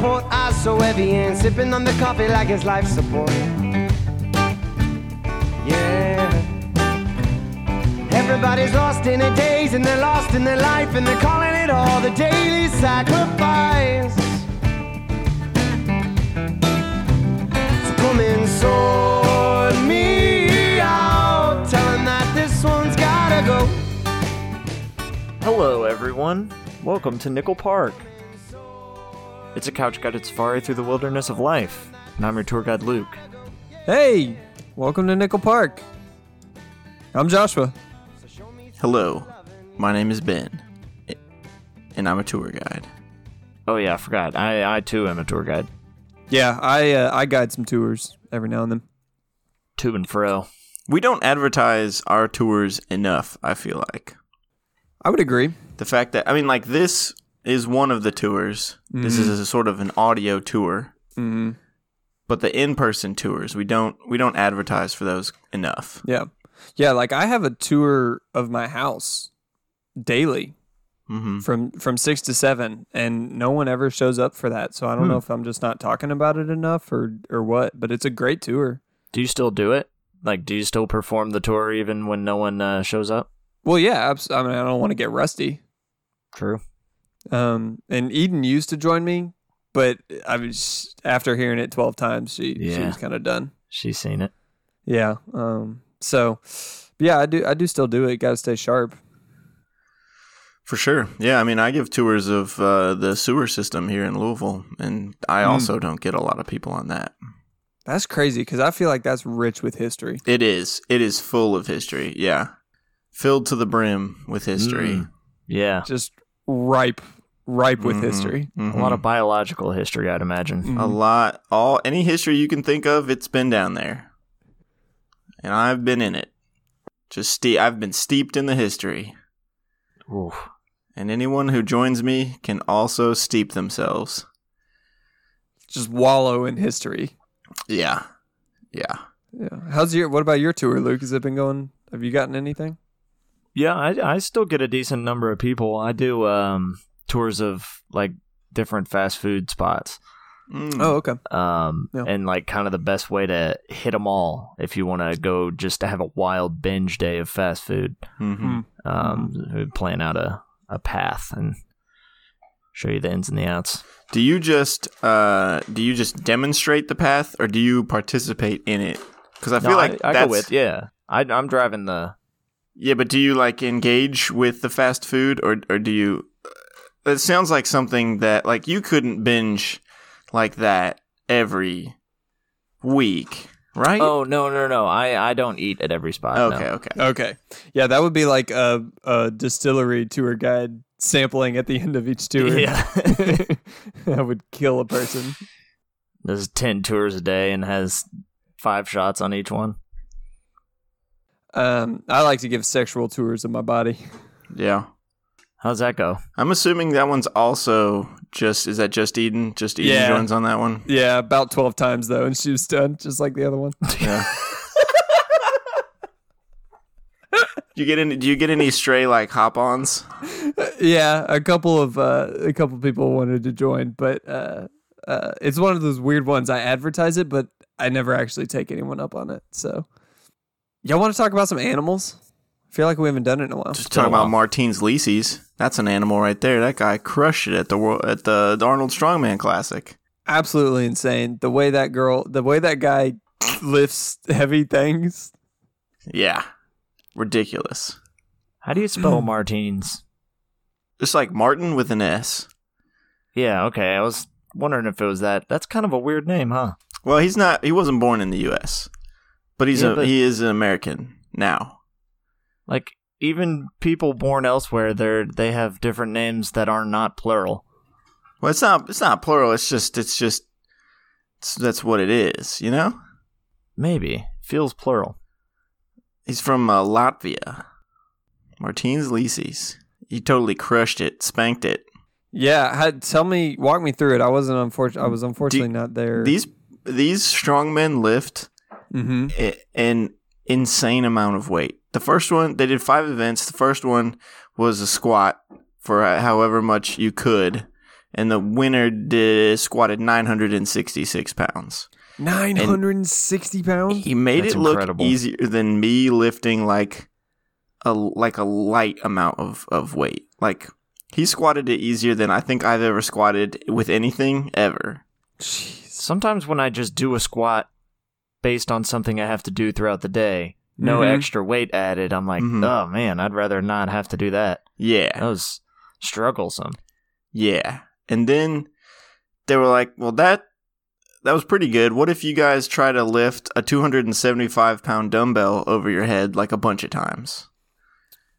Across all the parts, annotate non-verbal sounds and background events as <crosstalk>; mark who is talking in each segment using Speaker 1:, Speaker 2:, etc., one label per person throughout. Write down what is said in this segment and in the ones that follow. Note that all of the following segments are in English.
Speaker 1: so heavy and sipping on the coffee like it's life support. Yeah. Everybody's lost in their days and they're lost in their life and they're calling it all the daily sacrifice. So come and sort me out, telling that this one's gotta go.
Speaker 2: Hello, everyone. Welcome to Nickel Park. It's a couch guided safari through the wilderness of life, and I'm your tour guide, Luke.
Speaker 3: Hey, welcome to Nickel Park. I'm Joshua.
Speaker 4: Hello, my name is Ben, a- and I'm a tour guide.
Speaker 2: Oh yeah, I forgot. I I too am a tour guide.
Speaker 3: Yeah, I uh, I guide some tours every now and then.
Speaker 2: To and fro.
Speaker 4: We don't advertise our tours enough, I feel like.
Speaker 3: I would agree.
Speaker 4: The fact that, I mean, like, this is one of the tours. This is a sort of an audio tour.
Speaker 3: Mm-hmm.
Speaker 4: But the in-person tours, we don't we don't advertise for those enough.
Speaker 3: Yeah, yeah. Like I have a tour of my house daily
Speaker 4: hmm
Speaker 3: from from six to seven, and no one ever shows up for that. So I don't know if I'm just not talking about it enough or or what. But it's a great tour.
Speaker 2: Do you still do it? Like, do you still perform the tour even when no one uh, shows up?
Speaker 3: Well, yeah. Abs- I mean, I don't want to get rusty.
Speaker 2: True.
Speaker 3: Um, and Eden used to join me, but I was after hearing it twelve times, she she
Speaker 2: Yeah.
Speaker 3: was kind of done.
Speaker 2: She's seen it.
Speaker 3: Yeah. Um. So, yeah, I do. I do still do it. Got to stay sharp.
Speaker 4: For sure. Yeah, I mean, I give tours of uh, the sewer system here in Louisville, and I also don't get a lot of people on that.
Speaker 3: That's crazy because I feel like that's rich with history.
Speaker 4: It is. It is full of history. Yeah. Filled to the brim with history.
Speaker 2: Mm. Yeah,
Speaker 3: Just ripe, ripe with
Speaker 4: Mhm.
Speaker 3: history.
Speaker 4: Mhm.
Speaker 2: a lot of Mm. biological history, I'd imagine.
Speaker 3: Mhm.
Speaker 4: a lot all any history you can think of, it's been down there. And I've been in it. Just ste- I've been steeped in the history.
Speaker 2: Ooh.
Speaker 4: And anyone who joins me can also steep themselves.
Speaker 3: Just wallow in history.
Speaker 4: Yeah. Yeah.
Speaker 3: Yeah. How's your? What about your tour, Luke? Has it been going? Have you gotten anything?
Speaker 2: Yeah, I I still get a decent number of people. I do um tours of like different fast food spots.
Speaker 4: Mm.
Speaker 3: Oh, okay.
Speaker 2: um,
Speaker 3: Yeah.
Speaker 2: and like kind of the best way to hit them all if you want to go just to have a wild binge day of fast food.
Speaker 4: Mhm.
Speaker 2: Um, we plan out a, a path and show you the ins and the outs.
Speaker 4: Do you just uh do you just demonstrate the path or do you participate in it? Cuz I feel
Speaker 2: No,
Speaker 4: like
Speaker 2: I, I
Speaker 4: that's
Speaker 2: go with yeah. I, I'm driving the
Speaker 4: Yeah, but do you like engage with the fast food or or do you uh, it sounds like something that like you couldn't binge like that every week, right?
Speaker 2: oh no no no I I don't eat at every spot.
Speaker 4: okay,
Speaker 2: no.
Speaker 4: okay.
Speaker 3: Okay. Yeah, that would be like a, a distillery tour guide sampling at the end of each tour.
Speaker 2: <laughs> Yeah,
Speaker 3: <laughs> that would kill a person.
Speaker 2: does ten tours a day and has five shots on each one.
Speaker 3: Um, I like to give sexual tours of my body.
Speaker 4: Yeah.
Speaker 2: How's that go?
Speaker 4: I'm assuming that one's also just is that just Eden? Just Eden
Speaker 3: Yeah.
Speaker 4: joins on that
Speaker 2: <laughs>
Speaker 4: one?
Speaker 3: Yeah, about 12 times though, and she was done, just like the other one.
Speaker 4: Yeah. do you get any do you get any stray like hop ons?
Speaker 3: yeah, a couple of uh, a couple people wanted to join, but uh, uh, it's one of those weird ones. I advertise it, but I never actually take anyone up on it. So, y'all want to talk about some animals? I feel like we haven't done it in a while.
Speaker 4: Just talking about Martins Lisi's. That's an animal right there. That guy crushed it at the wor- at the the Arnold Strongman Classic.
Speaker 3: Absolutely insane the way that girl, the way that guy lifts heavy things.
Speaker 4: Yeah. Ridiculous.
Speaker 2: How do you
Speaker 4: <clears throat>
Speaker 2: spell Martins?
Speaker 4: Just like Martin with an S.
Speaker 2: Yeah, okay. I was wondering if it was that. That's kind of a weird name, huh?
Speaker 4: Well, he's not he wasn't born in the US. But he's
Speaker 2: Yeah,
Speaker 4: a,
Speaker 2: but-
Speaker 4: he is an American now.
Speaker 2: Like even people born elsewhere, they they have different names that are not plural.
Speaker 4: Well, it's not it's not plural. It's just it's just it's, that's what it is, you know?
Speaker 2: Maybe feels plural.
Speaker 4: He's from uh, Latvia. Martins Lisi's. He totally crushed it, spanked it.
Speaker 3: Yeah, had, tell me, walk me through it. I wasn't unfortunate. I was unfortunately not there.
Speaker 4: These these strongmen lift
Speaker 3: mm-hmm.
Speaker 4: i- an insane amount of weight. The first one, they did five events. The first one was a squat for however much you could, and the winner did squatted 966 pounds.
Speaker 3: 960 pounds?
Speaker 4: He made
Speaker 2: That's
Speaker 4: it look
Speaker 2: incredible.
Speaker 4: easier than me lifting like a like a light amount of of weight. Like he squatted it easier than I think I've ever squatted with anything ever.
Speaker 3: Jeez.
Speaker 2: Sometimes when I just do a squat based on something I have to do throughout the day, no
Speaker 3: Mhm.
Speaker 4: Mm-hmm.
Speaker 2: extra weight added, I'm like,
Speaker 4: Mhm.
Speaker 2: oh man, I'd rather not have to do that. That
Speaker 4: Yeah.
Speaker 2: was strugglesome.
Speaker 4: Yeah. And then they were like, "Well, that that was pretty good. What if you guys try to lift a 275 pound dumbbell over your head like a bunch of times,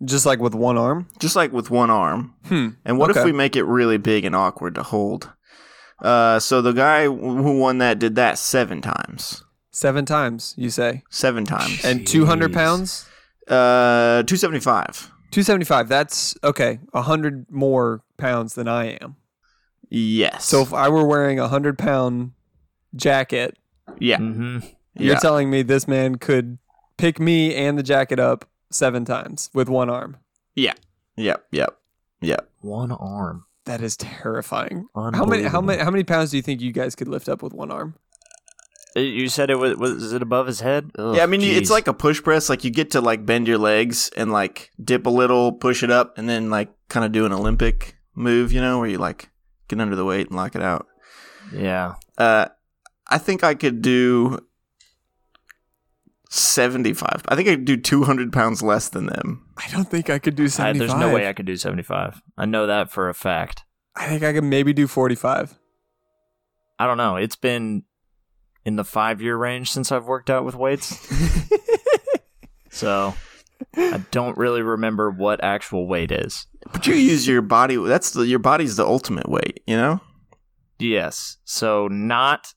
Speaker 3: Just like with one arm?
Speaker 4: just like with one arm?"
Speaker 3: Hmm.
Speaker 4: And what
Speaker 3: Okay.
Speaker 4: if we make it really big and awkward to hold? Uh, so the guy who won that did that seven times.
Speaker 3: Seven times, you say.
Speaker 4: Seven times.
Speaker 3: And 200
Speaker 2: Jeez.
Speaker 3: pounds?
Speaker 4: Uh, 275.
Speaker 3: 275. That's okay. 100 more pounds than I am.
Speaker 4: Yes.
Speaker 3: So if I were wearing a 100 pound jacket,
Speaker 4: yeah.
Speaker 2: hmm
Speaker 4: yeah.
Speaker 3: you're telling me this man could pick me and the jacket up seven times with one arm.
Speaker 4: yep. Yep. Yep.
Speaker 2: One arm.
Speaker 3: That is terrifying. How many how
Speaker 2: Unbelievable.
Speaker 3: many how many pounds do you think you guys could lift up with one arm?
Speaker 2: Uh, You said it was was it above his head? Ugh,
Speaker 4: yeah. I mean, you- it's
Speaker 2: jeez.
Speaker 4: like a push press. Like you get to like bend your legs and like dip a little, push it up, and then like kind of do an Olympic move, you know, where you like get under the weight and lock it out.
Speaker 2: yeah.
Speaker 4: Uh, I think I could do 75. I think I could do 200 pounds less than them.
Speaker 3: I don't think I could do
Speaker 2: I,
Speaker 3: 75.
Speaker 2: there's no way I could do 75. I know that for a fact.
Speaker 3: I think I could maybe do 45.
Speaker 2: I don't know. It's been in the five year range since I've worked out with weights, so I don't really remember what actual weight is.
Speaker 4: But you use your body. That's the, your body's the ultimate weight, you know?
Speaker 2: Yes, so not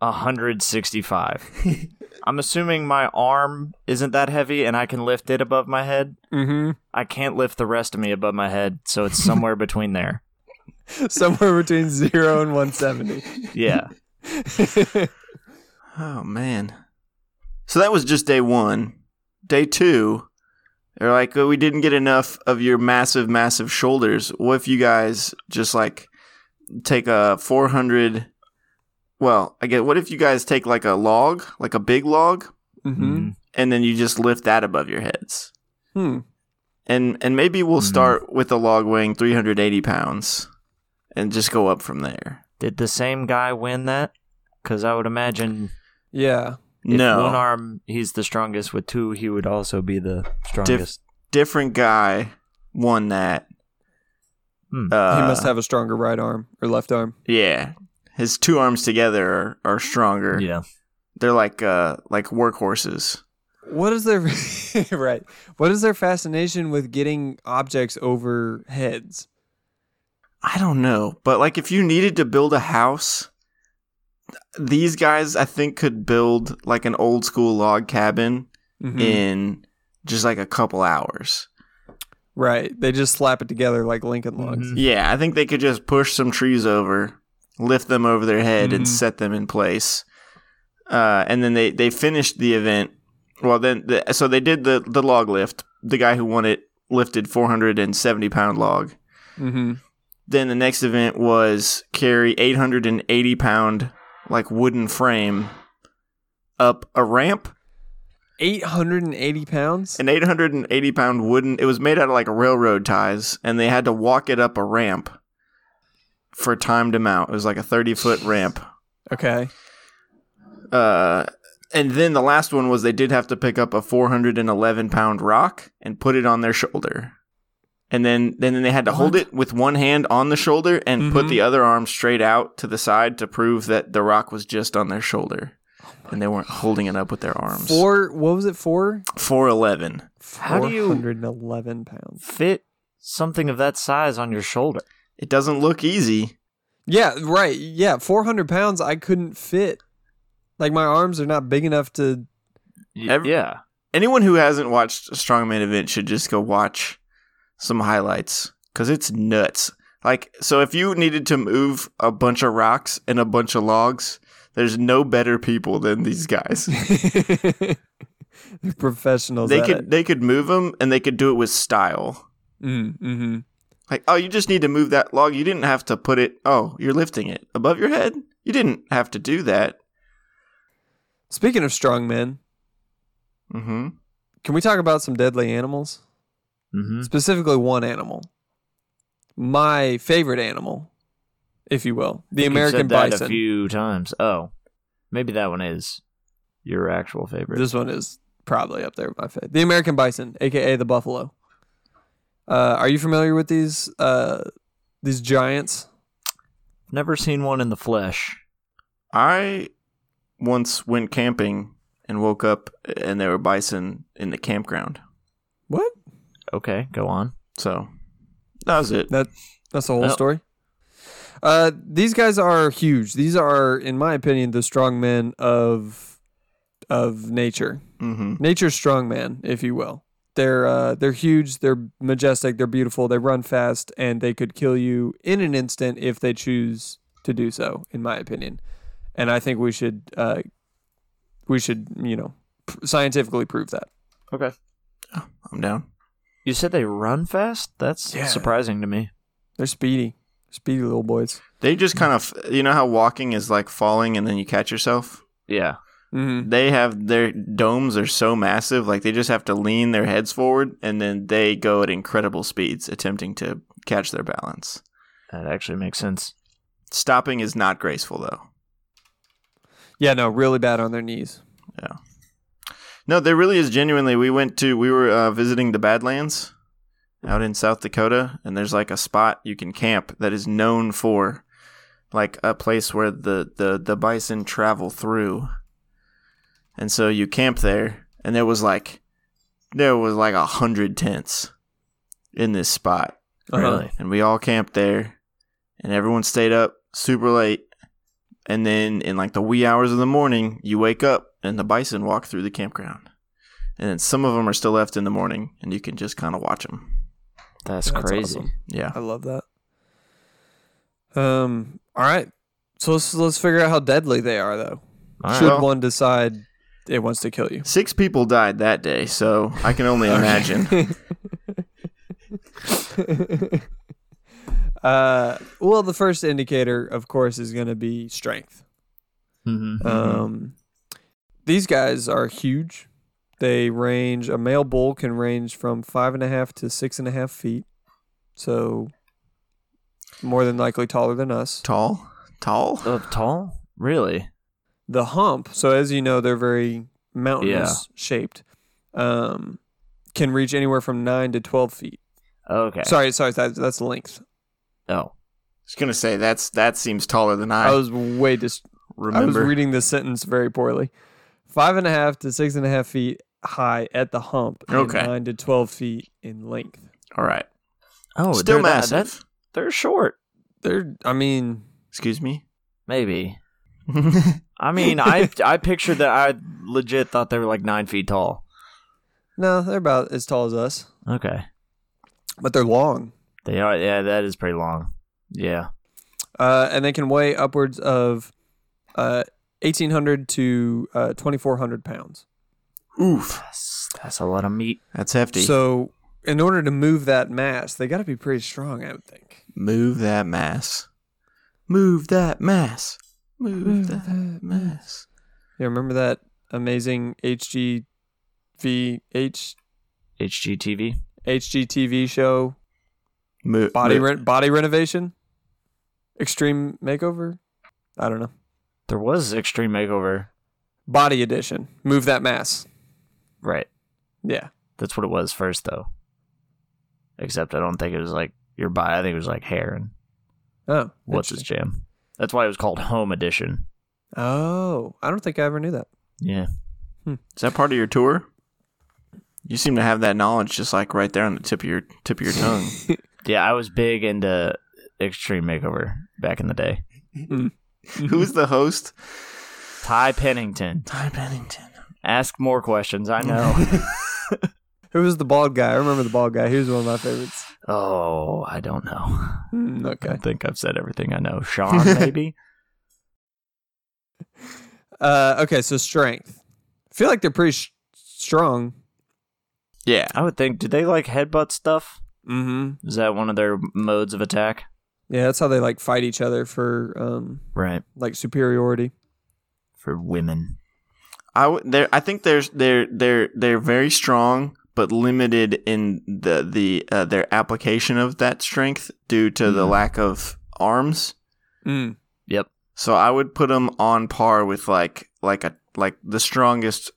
Speaker 2: 165. I'm assuming my arm isn't that heavy and I can lift it above my head.
Speaker 3: mhm.
Speaker 2: I can't lift the rest of me above my head, so it's somewhere between there.
Speaker 3: <laughs> Somewhere between 0 and <laughs> Mm-hmm. 170.
Speaker 2: Yeah.
Speaker 4: Oh, man. So that was just day one. Day two, they're like, oh, we didn't get enough of your massive, massive shoulders. What if you guys just like take a 400? Well, I get what if you guys take like a log, like a big log,
Speaker 3: Mhm.
Speaker 2: Hmm. Mm.
Speaker 4: and then you just lift that above your heads.
Speaker 3: Hmm.
Speaker 4: And and maybe we'll
Speaker 2: Mhm.
Speaker 4: start with a log weighing 380 pounds, and just go up from there.
Speaker 2: Did the same guy win that? Because I would imagine
Speaker 3: Yeah.
Speaker 2: if
Speaker 4: no,
Speaker 2: one arm he's the strongest, with two he would also be the strongest.
Speaker 4: different guy won that.
Speaker 2: Hmm.
Speaker 4: Uh,
Speaker 3: he must have a stronger right arm or left arm.
Speaker 4: Yeah, his two arms together are, are stronger.
Speaker 2: yeah.
Speaker 4: They're like uh like workhorses.
Speaker 3: What is their <laughs> right? What is their fascination with getting objects over heads?
Speaker 4: I don't know, but like if you needed to build a house, these guys I think could build like an old school log cabin
Speaker 3: Mm-hmm. Hmm.
Speaker 4: in just like a couple hours.
Speaker 3: Right. They just slap it together like Lincoln logs.
Speaker 2: Mhm.
Speaker 4: Yeah, I think they could just push some trees over, lift them over their head,
Speaker 3: Mhm.
Speaker 4: and set them in place. Uh, and then they, they finished the event. Well, then the, so they did the, the log lift. The guy who won it lifted 470 pound log.
Speaker 3: Mm-hmm.
Speaker 4: Then the next event was carry 880 pound like wooden frame up a ramp.
Speaker 3: 880 pounds?
Speaker 4: An 880 pound wooden. It was made out of like railroad ties, and they had to walk it up a ramp for timed amount. It was like a 30 foot ramp.
Speaker 3: okay.
Speaker 4: Uh, and then the last one was they did have to pick up a 411 pound rock and put it on their shoulder. And then, then then they had to hold
Speaker 3: What?
Speaker 4: it with one hand on the shoulder and put
Speaker 3: Mhm.
Speaker 4: the other arm straight out to the side to prove that the rock was just on their shoulder. and they weren't holding it up with their arms.
Speaker 3: Oh Four, what was it for?
Speaker 4: 411.
Speaker 2: How do you-
Speaker 3: 411 pounds.
Speaker 2: Fit something of that size on your shoulder.
Speaker 4: It doesn't look easy.
Speaker 3: Yeah, right. Yeah, 400 pounds I couldn't fit. Like my arms are not big enough to. <laughs>
Speaker 2: Y-
Speaker 4: Ev-
Speaker 2: yeah.
Speaker 4: anyone who hasn't watched a strongman event should just go watch some highlights because it's nuts like so if you needed to move a bunch of rocks and a bunch of logs there's no better people than these guys
Speaker 3: Professionals.
Speaker 4: they
Speaker 3: at
Speaker 4: could they could move them and they could do it with style
Speaker 3: Mm, hmm
Speaker 4: Like, oh, you just need to move that log. You didn't have to put it. Oh, you're lifting it above your head. You didn't have to do that.
Speaker 3: Speaking of strongmen,
Speaker 4: Mm-hmm.
Speaker 3: can we talk about some deadly animals?
Speaker 2: Mm-hmm.
Speaker 3: Specifically, one animal. My favorite animal, if you will, the American
Speaker 2: said that
Speaker 3: bison.
Speaker 2: a few times. Oh, maybe that one is your actual favorite.
Speaker 3: This one is probably up there with my favorite. The American bison, aka the buffalo. Uh, are you familiar with these uh, these giants?
Speaker 2: Never seen one in the flesh.
Speaker 4: I once went camping and woke up and there were bison in the campground.
Speaker 3: What?
Speaker 2: Okay, go on.
Speaker 4: So that was it.
Speaker 3: That that's the whole
Speaker 2: Oh.
Speaker 3: story. Uh, these guys are huge. These are, in my opinion, the strong men of of nature.
Speaker 4: Mm-hmm.
Speaker 3: Nature's strong man, if you will. They're uh, they're huge. They're majestic. They're beautiful. They run fast, and they could kill you in an instant if they choose to do so. In my opinion, and I think we should uh, we should you know pr- scientifically prove that.
Speaker 2: Okay.
Speaker 4: I'm down.
Speaker 2: You said they run fast? That's
Speaker 3: Yeah.
Speaker 2: surprising to me.
Speaker 3: They're speedy, speedy little boys.
Speaker 4: They just kind of, you know how walking is like falling and then you catch yourself?
Speaker 2: Yeah.
Speaker 3: Mm-hmm.
Speaker 4: They have their domes are so massive, like they just have to lean their heads forward and then they go at incredible speeds, attempting to catch their balance.
Speaker 2: That actually makes sense.
Speaker 4: Stopping is not graceful, though.
Speaker 3: Yeah, no, really bad on their knees.
Speaker 4: No, there really is genuinely. We went to, we were uh, visiting the Badlands out in South Dakota, and there's like a spot you can camp that is known for like a place where the, the, the bison travel through. And so you camp there, and there was like, there was like a hundred tents in this spot.
Speaker 3: Uh-huh.
Speaker 2: Really?
Speaker 4: And we all camped there, and everyone stayed up super late. And then in like the wee hours of the morning, you wake up and the bison walk through the campground. And then some of them are still left in the morning, and you can just kind of watch them.
Speaker 2: That's,
Speaker 3: That's
Speaker 2: crazy.
Speaker 3: awesome.
Speaker 4: Yeah.
Speaker 3: I love that. Um. All right. So let's let's figure out how deadly they are, though.
Speaker 2: All right.
Speaker 3: Should
Speaker 4: Well-
Speaker 3: one decide it wants to kill you?
Speaker 4: Six people died that day, so I
Speaker 3: <laughs>
Speaker 4: can only imagine.
Speaker 3: uh, well, the first indicator, of course, is going to be strength.
Speaker 2: Mhm.
Speaker 3: Um, these guys are huge. They range. A male bull can range from five and a half to six and a half feet. So, more than likely taller than us.
Speaker 4: Tall? Tall?
Speaker 2: Uh, tall? Really?
Speaker 3: the hump so as you know they're very mountainous shaped um can reach anywhere from 9 to 12 feet
Speaker 2: Okay.
Speaker 3: sorry sorry that, that's length
Speaker 2: Oh.
Speaker 4: I was gonna say that's that seems taller than I,
Speaker 3: i was way dis- i was
Speaker 4: remember.
Speaker 3: reading this sentence very poorly five and a half to six and a half feet high at the hump and
Speaker 4: Okay.
Speaker 3: nine to 12 feet in length
Speaker 4: All right,
Speaker 2: Oh,
Speaker 4: still
Speaker 2: they're that-
Speaker 4: massive.
Speaker 2: that- they're short.
Speaker 3: they're i mean
Speaker 4: Excuse me.
Speaker 2: Maybe. I mean, I I pictured that. I legit thought they were like nine feet tall.
Speaker 3: no they're about as tall as us
Speaker 2: Okay.
Speaker 3: but they're long
Speaker 2: They are. Yeah, that is pretty long. Yeah.
Speaker 3: uh, and they can weigh upwards of uh, 1800 to uh, 2400 pounds
Speaker 4: Oof,
Speaker 2: That's, that's a lot of meat.
Speaker 4: that's hefty.
Speaker 3: So, in order to move that mass, they got to be pretty strong, I would think.
Speaker 4: Move that mass. Move that mass. Move, that, mass.
Speaker 3: Yeah, remember that amazing HGV H
Speaker 2: HGTV.
Speaker 3: HGTV show
Speaker 4: Mo-
Speaker 3: body
Speaker 4: mo-
Speaker 3: re- body renovation, extreme makeover. I don't know.
Speaker 2: There was Extreme Makeover.
Speaker 3: Body edition. Move that mass.
Speaker 2: Right.
Speaker 3: Yeah.
Speaker 2: That's what it was first, though. Except I don't think it was like your body. I think it was like hair and
Speaker 3: Oh.
Speaker 2: what's his
Speaker 3: interesting.
Speaker 2: jam. That's why it was called Home Edition.
Speaker 3: Oh, I don't think I ever knew that.
Speaker 2: Yeah.
Speaker 4: Is that part of your tour? You seem to have that knowledge just like right there on the tip of your tip of your tongue.
Speaker 2: Yeah, I was big into Extreme Makeover back in the day.
Speaker 4: Who's the host?
Speaker 2: Ty Pennington.
Speaker 4: Ty Pennington.
Speaker 2: Ask more questions. I know.
Speaker 3: Who was the bald guy? I remember the bald guy. He was one of my favorites.
Speaker 2: oh, I don't know. <laughs>
Speaker 3: Hmm,
Speaker 2: I
Speaker 3: okay.
Speaker 2: think I've said everything I know. Sean, maybe?
Speaker 3: Uh, okay. So strength. I feel like they're pretty sh- strong.
Speaker 4: Yeah.
Speaker 2: I would think. Do they like headbutt stuff?
Speaker 3: Mm-hmm.
Speaker 2: Is that one of their modes of attack?
Speaker 3: Yeah, that's how they like fight each other for um
Speaker 2: Right.
Speaker 3: like superiority.
Speaker 2: For women.
Speaker 4: I w- they're, I think there's they're they're they're very strong, but limited in the the uh, their application of that strength due to the
Speaker 2: Mhm.
Speaker 4: lack of arms.
Speaker 3: Mm.
Speaker 2: Yep.
Speaker 4: So I would put them on par with like like a like the strongest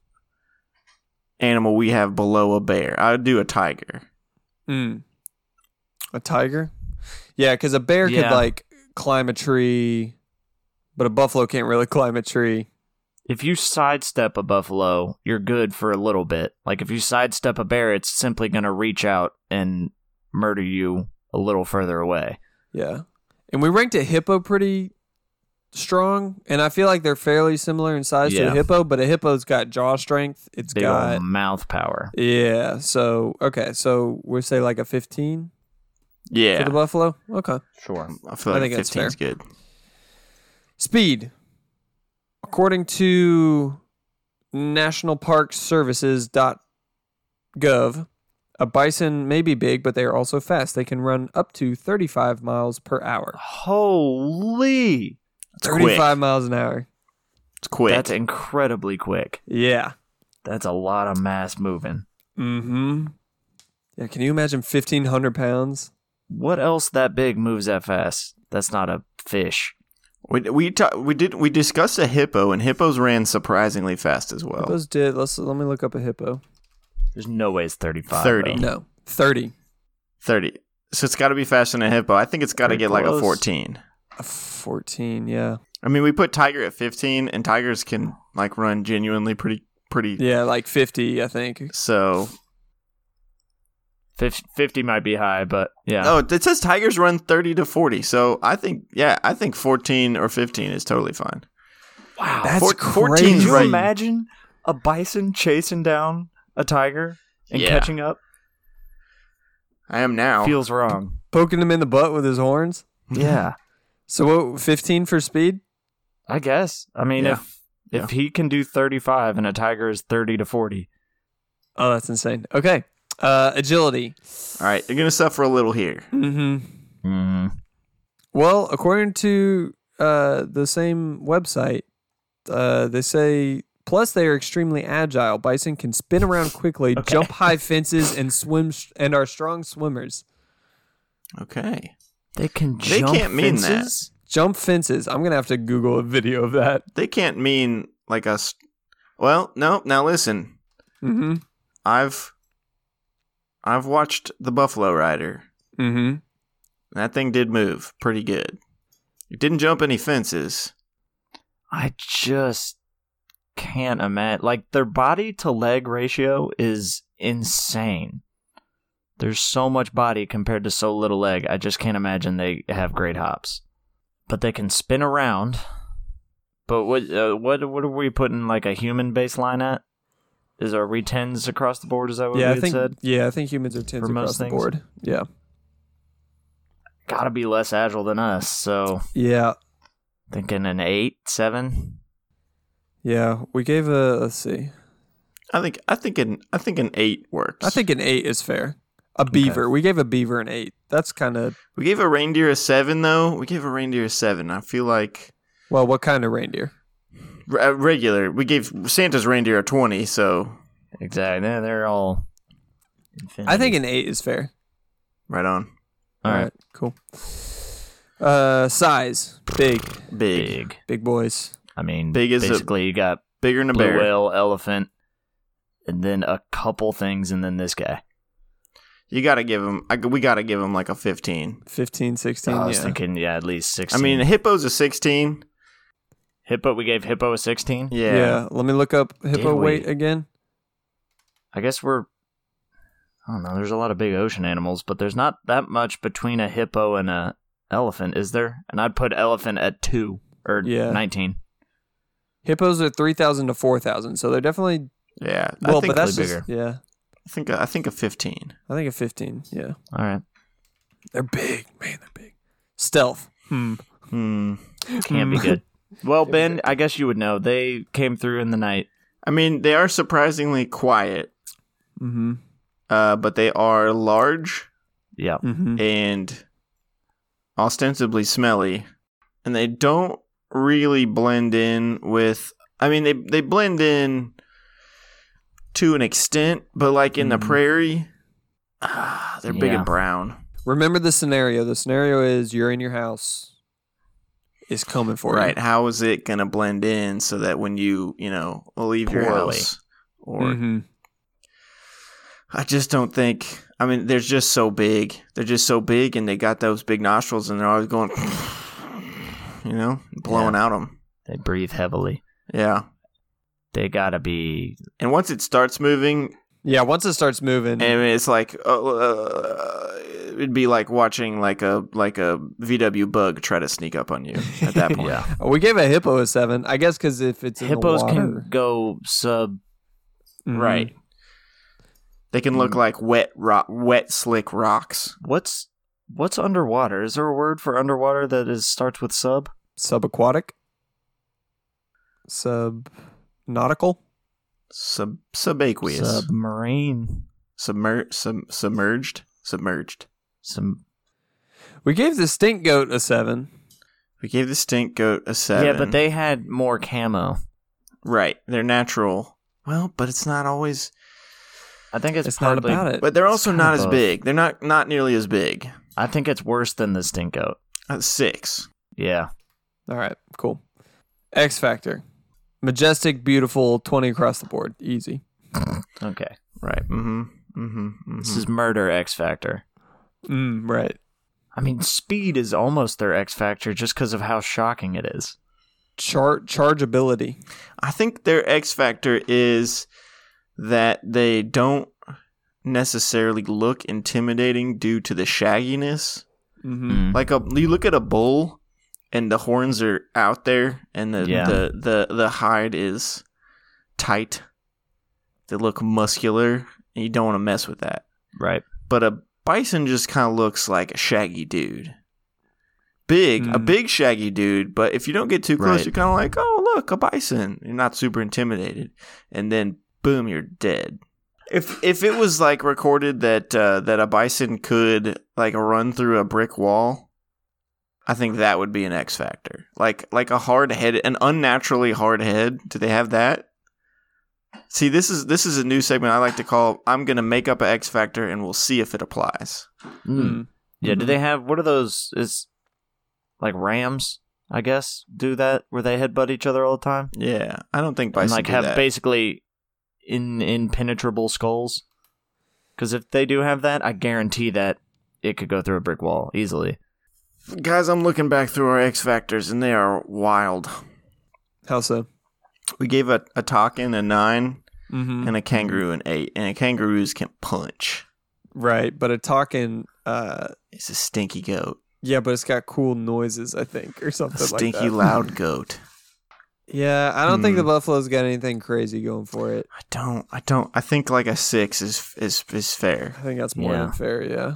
Speaker 4: animal we have below a bear. I would do a tiger.
Speaker 3: Mm. A tiger? Yeah, because a bear could
Speaker 2: Yeah.
Speaker 3: like climb a tree, but a buffalo can't really <laughs> climb a tree.
Speaker 2: If you sidestep a buffalo, you're good for a little bit. Like if you sidestep a bear, it's simply going to reach out and murder you a little further away.
Speaker 3: Yeah. And we ranked a hippo pretty strong, and I feel like they're fairly similar in size to a
Speaker 2: Yeah.
Speaker 3: hippo, but a hippo's got jaw strength. It's
Speaker 2: Big
Speaker 3: got
Speaker 2: old mouth power.
Speaker 3: yeah. So okay, so we say like a fifteen for
Speaker 4: Yeah,
Speaker 3: the buffalo. Okay,
Speaker 4: sure. I feel
Speaker 3: I
Speaker 4: like
Speaker 3: think that's
Speaker 4: fifteen's good.
Speaker 3: speed. According to nationalparkservices.gov, a bison may be big, but they are also fast. They can run up to 35 miles per hour.
Speaker 2: Holy!
Speaker 3: 35
Speaker 4: quick.
Speaker 3: miles an hour.
Speaker 4: It's quick.
Speaker 2: That's incredibly quick.
Speaker 3: Yeah.
Speaker 2: That's a lot of mass moving.
Speaker 3: Mm-hmm. Yeah, can you imagine fifteen hundred pounds?
Speaker 2: What else that big moves that fast? That's not a fish.
Speaker 4: we we ta- we did we discussed a hippo and hippos ran surprisingly fast as well.
Speaker 3: Hippos did. Let's let me look up a hippo.
Speaker 2: There's no way it's 35.
Speaker 4: 30.
Speaker 2: though.
Speaker 3: No, thirty.
Speaker 4: 30. So it's got to be faster than a hippo. I think it's got to
Speaker 2: Pretty
Speaker 4: get like a
Speaker 2: close.
Speaker 4: 14.
Speaker 3: A Fourteen. Yeah.
Speaker 4: I mean, we put tiger at 15 and tigers can like run genuinely pretty pretty
Speaker 3: Yeah, like fifty. I think.
Speaker 4: so
Speaker 2: Fif- 50 might be high, but yeah.
Speaker 4: Oh, it says tigers run 30 to 40. So I think yeah, I think 14 or 15 is totally fine.
Speaker 2: wow.
Speaker 3: That's
Speaker 4: Ah, Four-
Speaker 3: crazy.
Speaker 2: Can
Speaker 4: Fourteen's
Speaker 2: you
Speaker 4: right.
Speaker 2: imagine a bison chasing down a tiger and
Speaker 4: Yeah.
Speaker 2: catching up?
Speaker 4: I am now.
Speaker 2: Feels
Speaker 4: <laughs>
Speaker 2: wrong.
Speaker 3: Poking him in the butt with his horns.
Speaker 2: Yeah,
Speaker 3: So what? Fifteen for speed.
Speaker 2: I guess. I mean,
Speaker 4: Yeah.
Speaker 2: if if he can do 35 and a tiger is 30 to 40,
Speaker 3: Oh, that's insane. Okay. Uh, agility.
Speaker 4: All right, you're going to suffer a little here.
Speaker 3: Mm-hmm.
Speaker 2: mm.
Speaker 3: Well, according to uh, the same website, uh, they say plus they are extremely agile. Bison can spin around quickly, jump high fences, and swim sh- and are strong swimmers.
Speaker 4: Okay.
Speaker 2: they can
Speaker 4: They
Speaker 2: jump
Speaker 4: can't mean that.
Speaker 2: fences?
Speaker 3: Jump fences. I'm gonna have to Google a video of that.
Speaker 4: They can't mean like us Well, no, now listen.
Speaker 3: Mm-hmm.
Speaker 4: I've I've watched The Buffalo Rider.
Speaker 3: Mm-hmm.
Speaker 4: That thing did move pretty good. It didn't jump any fences.
Speaker 2: I just can't imagine. Like their body to leg ratio is insane. There's so much body compared to so little leg. I just can't imagine they have great hops. But they can spin around. But what uh, what what are we putting like a human baseline at? Is are we tens across the board? Is that what
Speaker 3: Yeah,
Speaker 2: we
Speaker 3: I
Speaker 2: had
Speaker 3: think
Speaker 2: said?
Speaker 3: yeah, I think humans are tens
Speaker 2: For most
Speaker 3: across the
Speaker 2: things.
Speaker 3: board. Yeah,
Speaker 2: Gotta be less agile than us. So
Speaker 3: yeah,
Speaker 2: thinking an eight, seven.
Speaker 3: yeah. We gave a let's see.
Speaker 4: I think I think an I think an eight works.
Speaker 3: I think an eight is fair. A beaver. We gave a beaver an eight. That's kind of
Speaker 4: we gave a reindeer a seven though. We gave a reindeer a seven. I feel like
Speaker 3: well. What kind of reindeer?
Speaker 4: re- uh, regular. We gave Santa's reindeer a twenty. So
Speaker 2: Exactly. They're, they're all.
Speaker 3: I think an eight is fair.
Speaker 4: right on.
Speaker 2: All right.
Speaker 3: cool. Uh, size, big,
Speaker 4: Big,
Speaker 2: Big.
Speaker 3: big boys.
Speaker 2: I mean,
Speaker 4: Big as a-
Speaker 2: basically, you got
Speaker 4: bigger than a
Speaker 2: blue
Speaker 4: bear.
Speaker 2: whale, elephant, and then a couple things, and then this guy.
Speaker 4: You gotta give him. I, we gotta give him like a fifteen.
Speaker 3: 15, 16,
Speaker 2: I was
Speaker 3: yeah.
Speaker 2: thinking, yeah, at least sixteen.
Speaker 4: I mean, a hippo's a sixteen.
Speaker 2: hippo. We gave hippo a sixteen.
Speaker 3: yeah.
Speaker 4: Yeah.
Speaker 3: let me look up hippo
Speaker 2: Did we?
Speaker 3: weight again.
Speaker 2: I guess we're. I don't know. There's a lot of big ocean animals, but there's not that much between a hippo and a elephant, is there? And I'd put elephant at two or
Speaker 3: Yeah.
Speaker 2: nineteen.
Speaker 3: Hippos are three thousand to four thousand, so they're definitely
Speaker 4: Yeah. I
Speaker 3: well,
Speaker 4: think,
Speaker 3: but that's
Speaker 2: they're
Speaker 3: just, yeah.
Speaker 4: I think I think a fifteen.
Speaker 3: I think a fifteen. Yeah,
Speaker 2: All right,
Speaker 3: they're big, man. They're big. Stealth. Hmm.
Speaker 4: Hmm.
Speaker 2: can't be good. <laughs> Well, Ben, I guess you would know. They came through in the night.
Speaker 4: I mean, they are surprisingly quiet,
Speaker 3: Mm-hmm.
Speaker 4: uh, but they are large.
Speaker 2: Yeah.
Speaker 3: Mm-hmm.
Speaker 4: and ostensibly smelly and they don't really blend in with I mean they they blend in to an extent but like in the
Speaker 2: Mhm.
Speaker 4: prairie ah, they're big
Speaker 2: Yeah.
Speaker 4: and brown
Speaker 3: Remember the scenario. The scenario is you're in your house. Is coming for
Speaker 4: right
Speaker 3: you.
Speaker 4: how is it going to blend in so that when you you know leave your
Speaker 2: Poorly. Mm-hmm.
Speaker 4: house or
Speaker 3: Mhm.
Speaker 4: I just don't think I mean they're just so big they're just so big and they got those big nostrils and they're always going <laughs> you know blowing out 'em. out them
Speaker 2: They breathe heavily.
Speaker 4: yeah
Speaker 2: They gotta be.
Speaker 4: And once it starts moving,
Speaker 3: Yeah. Once it starts moving.
Speaker 2: Mm-hmm.
Speaker 4: and it's like uh, it'd be like watching like a like a VW bug try to sneak up on you
Speaker 2: <laughs>
Speaker 4: at that point.
Speaker 2: Yeah.
Speaker 3: we gave a hippo a seven. I guess because if it's in the
Speaker 2: Hippos
Speaker 3: water.
Speaker 2: can go sub. Mm-hmm.
Speaker 3: Mhm.
Speaker 4: Right. They can look like wet rock, wet slick rocks.
Speaker 2: What's what's underwater? Is there a word for underwater that is starts with sub?
Speaker 3: Subaquatic. Subnautical.
Speaker 4: Sub subaqueous.
Speaker 2: Submarine.
Speaker 4: Submer- sub- submerged. Submerged.
Speaker 2: Some.
Speaker 3: We gave the stink goat a seven.
Speaker 4: We gave the stink goat a seven.
Speaker 2: Yeah, but they had more camo.
Speaker 4: right. They're natural. Well, but it's not always.
Speaker 2: I think it's,
Speaker 3: It's not
Speaker 2: partly.
Speaker 3: about it.
Speaker 4: But they're also
Speaker 2: kind of
Speaker 4: not as
Speaker 2: both.
Speaker 4: big. They're not not nearly as big.
Speaker 2: I think it's worse than the stink goat.
Speaker 4: Uh, six.
Speaker 2: Yeah.
Speaker 3: All right, cool. X Factor. Majestic, beautiful, 20 across the board. Easy.
Speaker 2: Okay. Right.
Speaker 4: Mm-hmm. Mm-hmm. mm-hmm.
Speaker 2: This is murder X factor.
Speaker 3: Mm, right.
Speaker 2: I mean, speed is almost their X factor just because of how shocking it is.
Speaker 3: Char- chargeability.
Speaker 4: I think their X factor is that they don't necessarily look intimidating due to the shagginess.
Speaker 3: Mm-hmm.
Speaker 2: Mm.
Speaker 4: Like a you look at a bull and the horns are out there and the
Speaker 2: Yeah.
Speaker 4: the, the, the hide is tight. They look muscular and you don't want to mess with that.
Speaker 2: Right.
Speaker 4: But a bison just kind of looks like a shaggy dude. Big, a
Speaker 3: Mm.
Speaker 4: big shaggy dude, but if you don't get too close,
Speaker 2: Right.
Speaker 4: you're kind of like, oh, look, a bison. You're not super intimidated. And then, boom, you're dead. If if it was like recorded that uh, that a bison could like run through a brick wall, I think that would be an X factor. Like like a hard head, an unnaturally hard head. Do they have that? See, this is this is a new segment I like to call. I'm gonna make up an X factor, and we'll see if it applies.
Speaker 2: Mm. Yeah.
Speaker 3: Mm-hmm.
Speaker 2: Do they have what are those? Is like rams? I guess do that where they headbutt each other all the time
Speaker 4: Yeah, I don't think
Speaker 2: and
Speaker 4: bison
Speaker 2: like
Speaker 4: do
Speaker 2: have
Speaker 4: that.
Speaker 2: basically in impenetrable skulls. Because if they do have that, I guarantee that it could go through a brick wall easily.
Speaker 4: Guys, I'm looking back through our X factors, and they are wild.
Speaker 3: How so?
Speaker 4: We gave a a Taken a nine,
Speaker 3: Mm-hmm.
Speaker 4: and a kangaroo an eight, and a kangaroos can punch.
Speaker 3: Right, but a talking, uh,
Speaker 4: It's a stinky goat,
Speaker 3: yeah, but it's got cool noises, I think, or
Speaker 4: a
Speaker 3: something like that.
Speaker 4: stinky loud goat.
Speaker 3: Yeah, I don't think
Speaker 4: Hmm.
Speaker 3: the Buffalo's got anything crazy going for it.
Speaker 4: I don't, I don't, I think like a six is is is fair.
Speaker 3: I think that's more
Speaker 2: Yeah.
Speaker 3: than fair, yeah.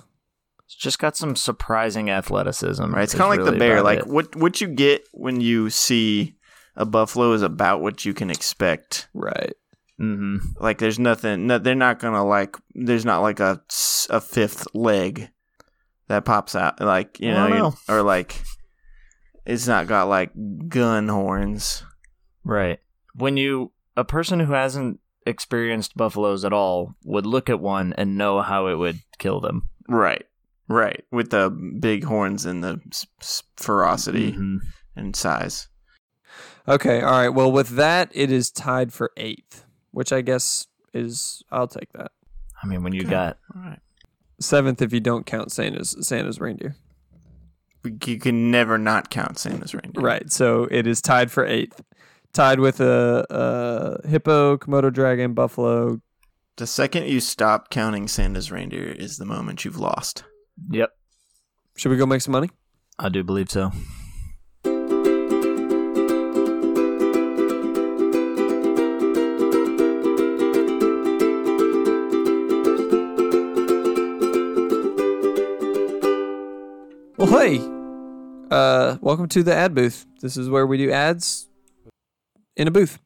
Speaker 2: It's just got some surprising athleticism.
Speaker 4: Right? It's
Speaker 2: is
Speaker 4: kind of like
Speaker 2: really
Speaker 4: the bear.
Speaker 2: about
Speaker 4: Like
Speaker 2: it.
Speaker 4: what what you get when you see a buffalo is about what you can expect.
Speaker 3: Right.
Speaker 2: Mhm.
Speaker 4: Like there's nothing. No, they're not gonna like. There's not like a s- a fifth leg that pops out. Like you
Speaker 2: I
Speaker 4: know,
Speaker 2: don't
Speaker 4: you-
Speaker 2: know.
Speaker 4: or like it's not got like gun horns.
Speaker 2: Right. When you a person who hasn't experienced buffaloes at all would look at one and know how it would kill them.
Speaker 4: Right. Right. With the big horns and the s- s- ferocity
Speaker 2: Mhm.
Speaker 4: and size.
Speaker 3: Okay, all right. Well, with that, it is tied for eighth, which I guess is, I'll take that.
Speaker 2: I mean, when you
Speaker 4: Okay.
Speaker 2: got
Speaker 4: All right.
Speaker 3: Seventh, if you don't count Santa's Santa's reindeer.
Speaker 4: You can never not count Santa's reindeer.
Speaker 3: Right. So it is tied for eighth, tied with a, a hippo, Komodo dragon, buffalo.
Speaker 4: The second you stop counting Santa's reindeer is the moment you've lost.
Speaker 2: yep,
Speaker 3: Should we go make some money?
Speaker 2: I do believe so.
Speaker 3: Well, hey, uh, welcome to the ad booth. This is where we do ads in a booth.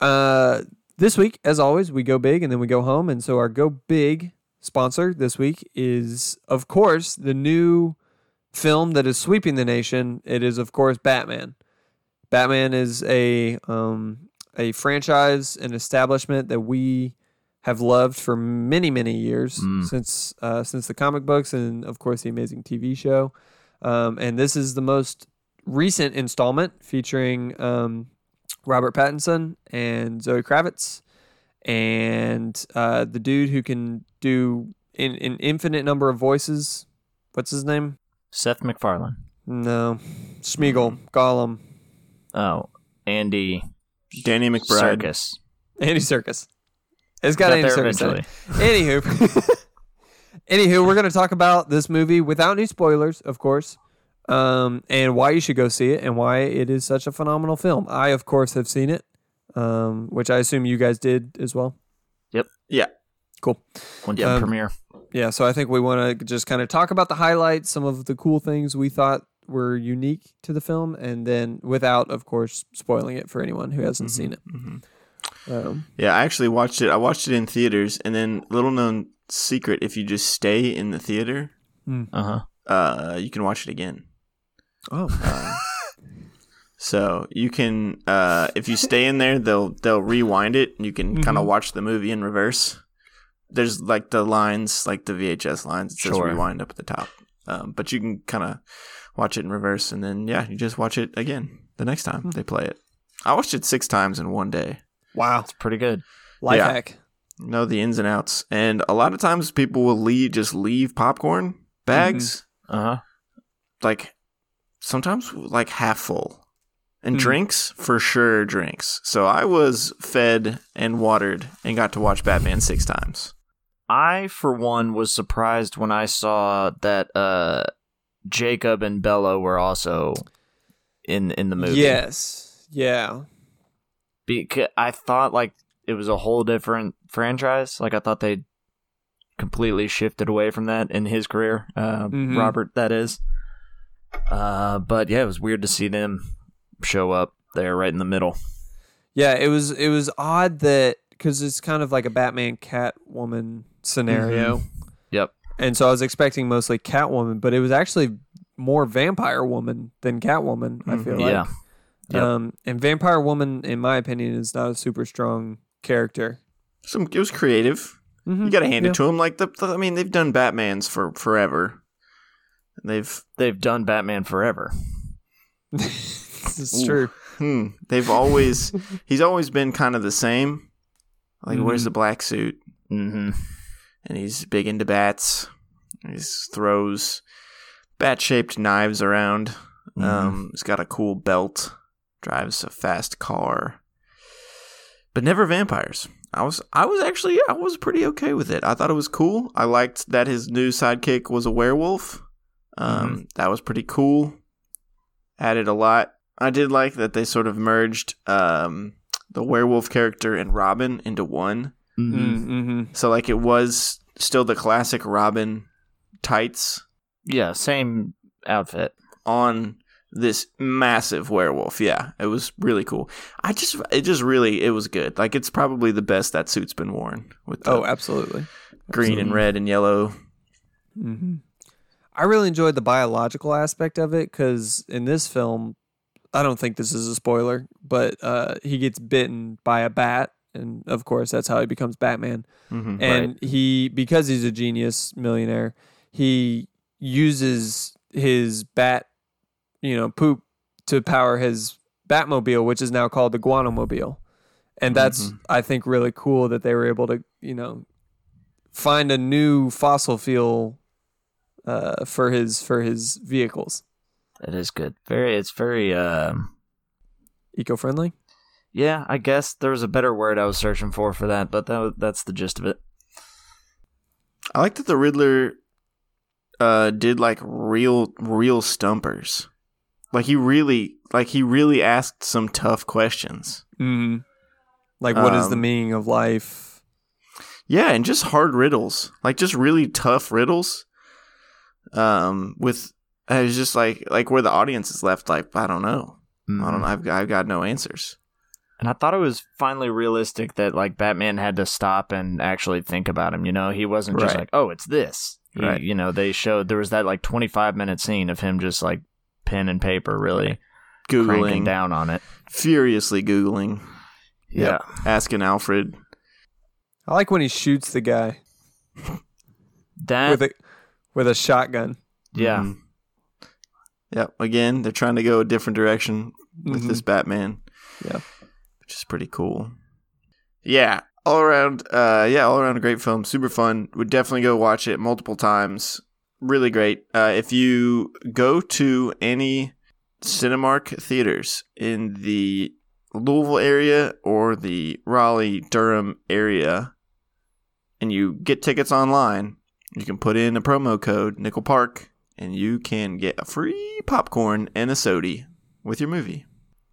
Speaker 3: Uh, this week, as always, we go big and then we go home. And so our go big sponsor this week is, of course, the new film that is sweeping the nation. It is, of course, Batman. Batman is a um, a franchise, an establishment that we have loved for many, many years
Speaker 2: Mm.
Speaker 3: since uh, since the comic books and, of course, the amazing TV show. Um, and this is the most recent installment featuring um, Robert Pattinson and Zoe Kravitz, and uh, the dude who can do in, an infinite number of voices. What's his name?
Speaker 2: Seth MacFarlane.
Speaker 3: No, Smeagol, Gollum,
Speaker 2: Oh, Andy
Speaker 4: Danny McBride.
Speaker 2: Circus.
Speaker 3: Andy Circus. It's got, Andy Circus.
Speaker 2: eventually.
Speaker 3: <laughs> Anywho, anywho, we're gonna talk about this movie without any spoilers, of course, um, and why you should go see it and why it is such a phenomenal film. I, of course, have seen it, um, which I assume you guys did as well.
Speaker 4: Yeah.
Speaker 3: Cool.
Speaker 2: Went to
Speaker 3: Yeah.
Speaker 4: Um,
Speaker 2: the premiere.
Speaker 3: Yeah, so I think we want to just kind of talk about the highlights, some of the cool things we thought were unique to the film, and then without, of course, spoiling it for anyone who hasn't seen it. Um,
Speaker 4: Yeah, I actually watched it. I watched it in theaters, and then little known secret: if you just stay in the theater,
Speaker 2: Uh huh.
Speaker 4: uh, you can watch it again.
Speaker 3: oh,
Speaker 4: So you can, uh, if you stay in there, they'll they'll rewind it, and you can kind of watch the movie in reverse. There's like the lines, like the VHS lines. It says
Speaker 2: Sure.
Speaker 4: rewind up at the top, um, but you can kind of watch it in reverse, and then yeah, you just watch it again the next time they play it. I watched it six times in one day.
Speaker 3: wow,
Speaker 2: Pretty good.
Speaker 3: life
Speaker 4: Yeah.
Speaker 3: hack.
Speaker 4: know the ins and outs. And a lot of times people will leave just leave popcorn bags
Speaker 2: Uh huh.
Speaker 4: like sometimes like half full. And
Speaker 3: Mhm.
Speaker 4: drinks, for sure drinks. So I was fed and watered and got to watch Batman 6 times.
Speaker 2: I, for one, was surprised when I saw that uh, Jacob and Bella were also in in the movie.
Speaker 3: Yes, yeah,
Speaker 2: because I thought like it was a whole different franchise. Like I thought they completely shifted away from that in his career, uh,
Speaker 3: Mhm.
Speaker 2: Robert. That is. Uh, but yeah, it was weird to see them show up there right in the middle.
Speaker 3: yeah. It was it was odd that because it's kind of like a Batman Catwoman scenario,
Speaker 2: Yep.
Speaker 4: Mm-hmm.
Speaker 3: and so I was expecting mostly Catwoman, but it was actually more Vampire Woman than Catwoman. I feel
Speaker 4: Mhm.
Speaker 3: like.
Speaker 2: yeah. Yep.
Speaker 3: Um, and Vampire Woman, in my opinion, is not a super strong character.
Speaker 4: Some it was creative.
Speaker 3: Mm-hmm.
Speaker 4: You got to hand it to them. Like the, the- I mean, they've done Batman's for forever. They've
Speaker 2: They've done Batman forever.
Speaker 3: <laughs> this is
Speaker 4: Ooh.
Speaker 3: true.
Speaker 4: hmm, they've always he's always been kind of the same. Like where's
Speaker 3: Mhm.
Speaker 4: the black suit?
Speaker 2: hmm
Speaker 4: and he's big into bats. He throws bat-shaped knives around. Um, he's got a cool belt. Drives a fast car, but never vampires. I was I was actually I was pretty okay with it. I thought it was cool. I liked that his new sidekick was a werewolf. Um, That was pretty cool. Added a lot. I did like that they sort of merged um, the werewolf character and Robin into one.
Speaker 2: hmm
Speaker 3: Mm-hmm.
Speaker 4: So like it was still the classic Robin tights
Speaker 2: Yeah, same outfit.
Speaker 4: on this massive werewolf. Yeah, it was really cool. I just it just really it was good. Like it's probably the best that suit's been worn with the
Speaker 3: Oh, absolutely.
Speaker 4: green and red and yellow.
Speaker 3: Mm-hmm. I really enjoyed the biological aspect of it because in this film, I don't think this is a spoiler, but uh, he gets bitten by a bat, and of course, that's how he becomes Batman.
Speaker 4: Mm-hmm.
Speaker 3: and he because he's a genius millionaire he uses his bat you know poop to power his batmobile which is now called the guanomobile and that's i think really cool that they were able to you know find a new fossil fuel uh, for his for his vehicles
Speaker 2: That is good. Very. It's very. Um,
Speaker 3: eco-friendly
Speaker 2: yeah, I guess there was a better word I was searching for for that, but that, wa- that's the gist of it.
Speaker 4: I like that the Riddler uh did like real real stumpers. Like he really like he really asked some tough questions.
Speaker 3: mm-hmm. like what is the
Speaker 4: Um,
Speaker 3: meaning of life
Speaker 4: Yeah, and just hard riddles, like just really tough riddles. Um, with I was
Speaker 2: Mm, Mm-hmm.
Speaker 4: Mm-hmm. just like like where the audience is left, like I don't know, I don't know, I've I've got no answers.
Speaker 2: And I thought it was finally realistic that like Batman had to stop and actually think about him. You know, he wasn't just
Speaker 4: Right.
Speaker 2: like, oh, it's this. He-
Speaker 4: Right.
Speaker 2: You know, they showed there was that like 25 minute scene of him just like pen and paper really cranking
Speaker 4: Googling,
Speaker 2: down on it.
Speaker 4: furiously Googling,
Speaker 2: Yeah.
Speaker 4: asking Alfred.
Speaker 3: I like when he shoots the guy
Speaker 2: That,
Speaker 3: with a with a shotgun.
Speaker 2: yeah.
Speaker 4: Mhm. Yep. Again, they're trying to go a different direction with
Speaker 3: Mhm.
Speaker 4: this Batman.
Speaker 3: Yeah.
Speaker 4: Which is pretty cool. Yeah. All around uh yeah, all around a great film. Super fun. Would definitely go watch it multiple times. Really great. Uh if you go to any Cinemark theaters in the Louisville area or the Raleigh Durham area and you get tickets online, you can put in a promo code Nickel Park and you can get a free popcorn and a sody with your movie.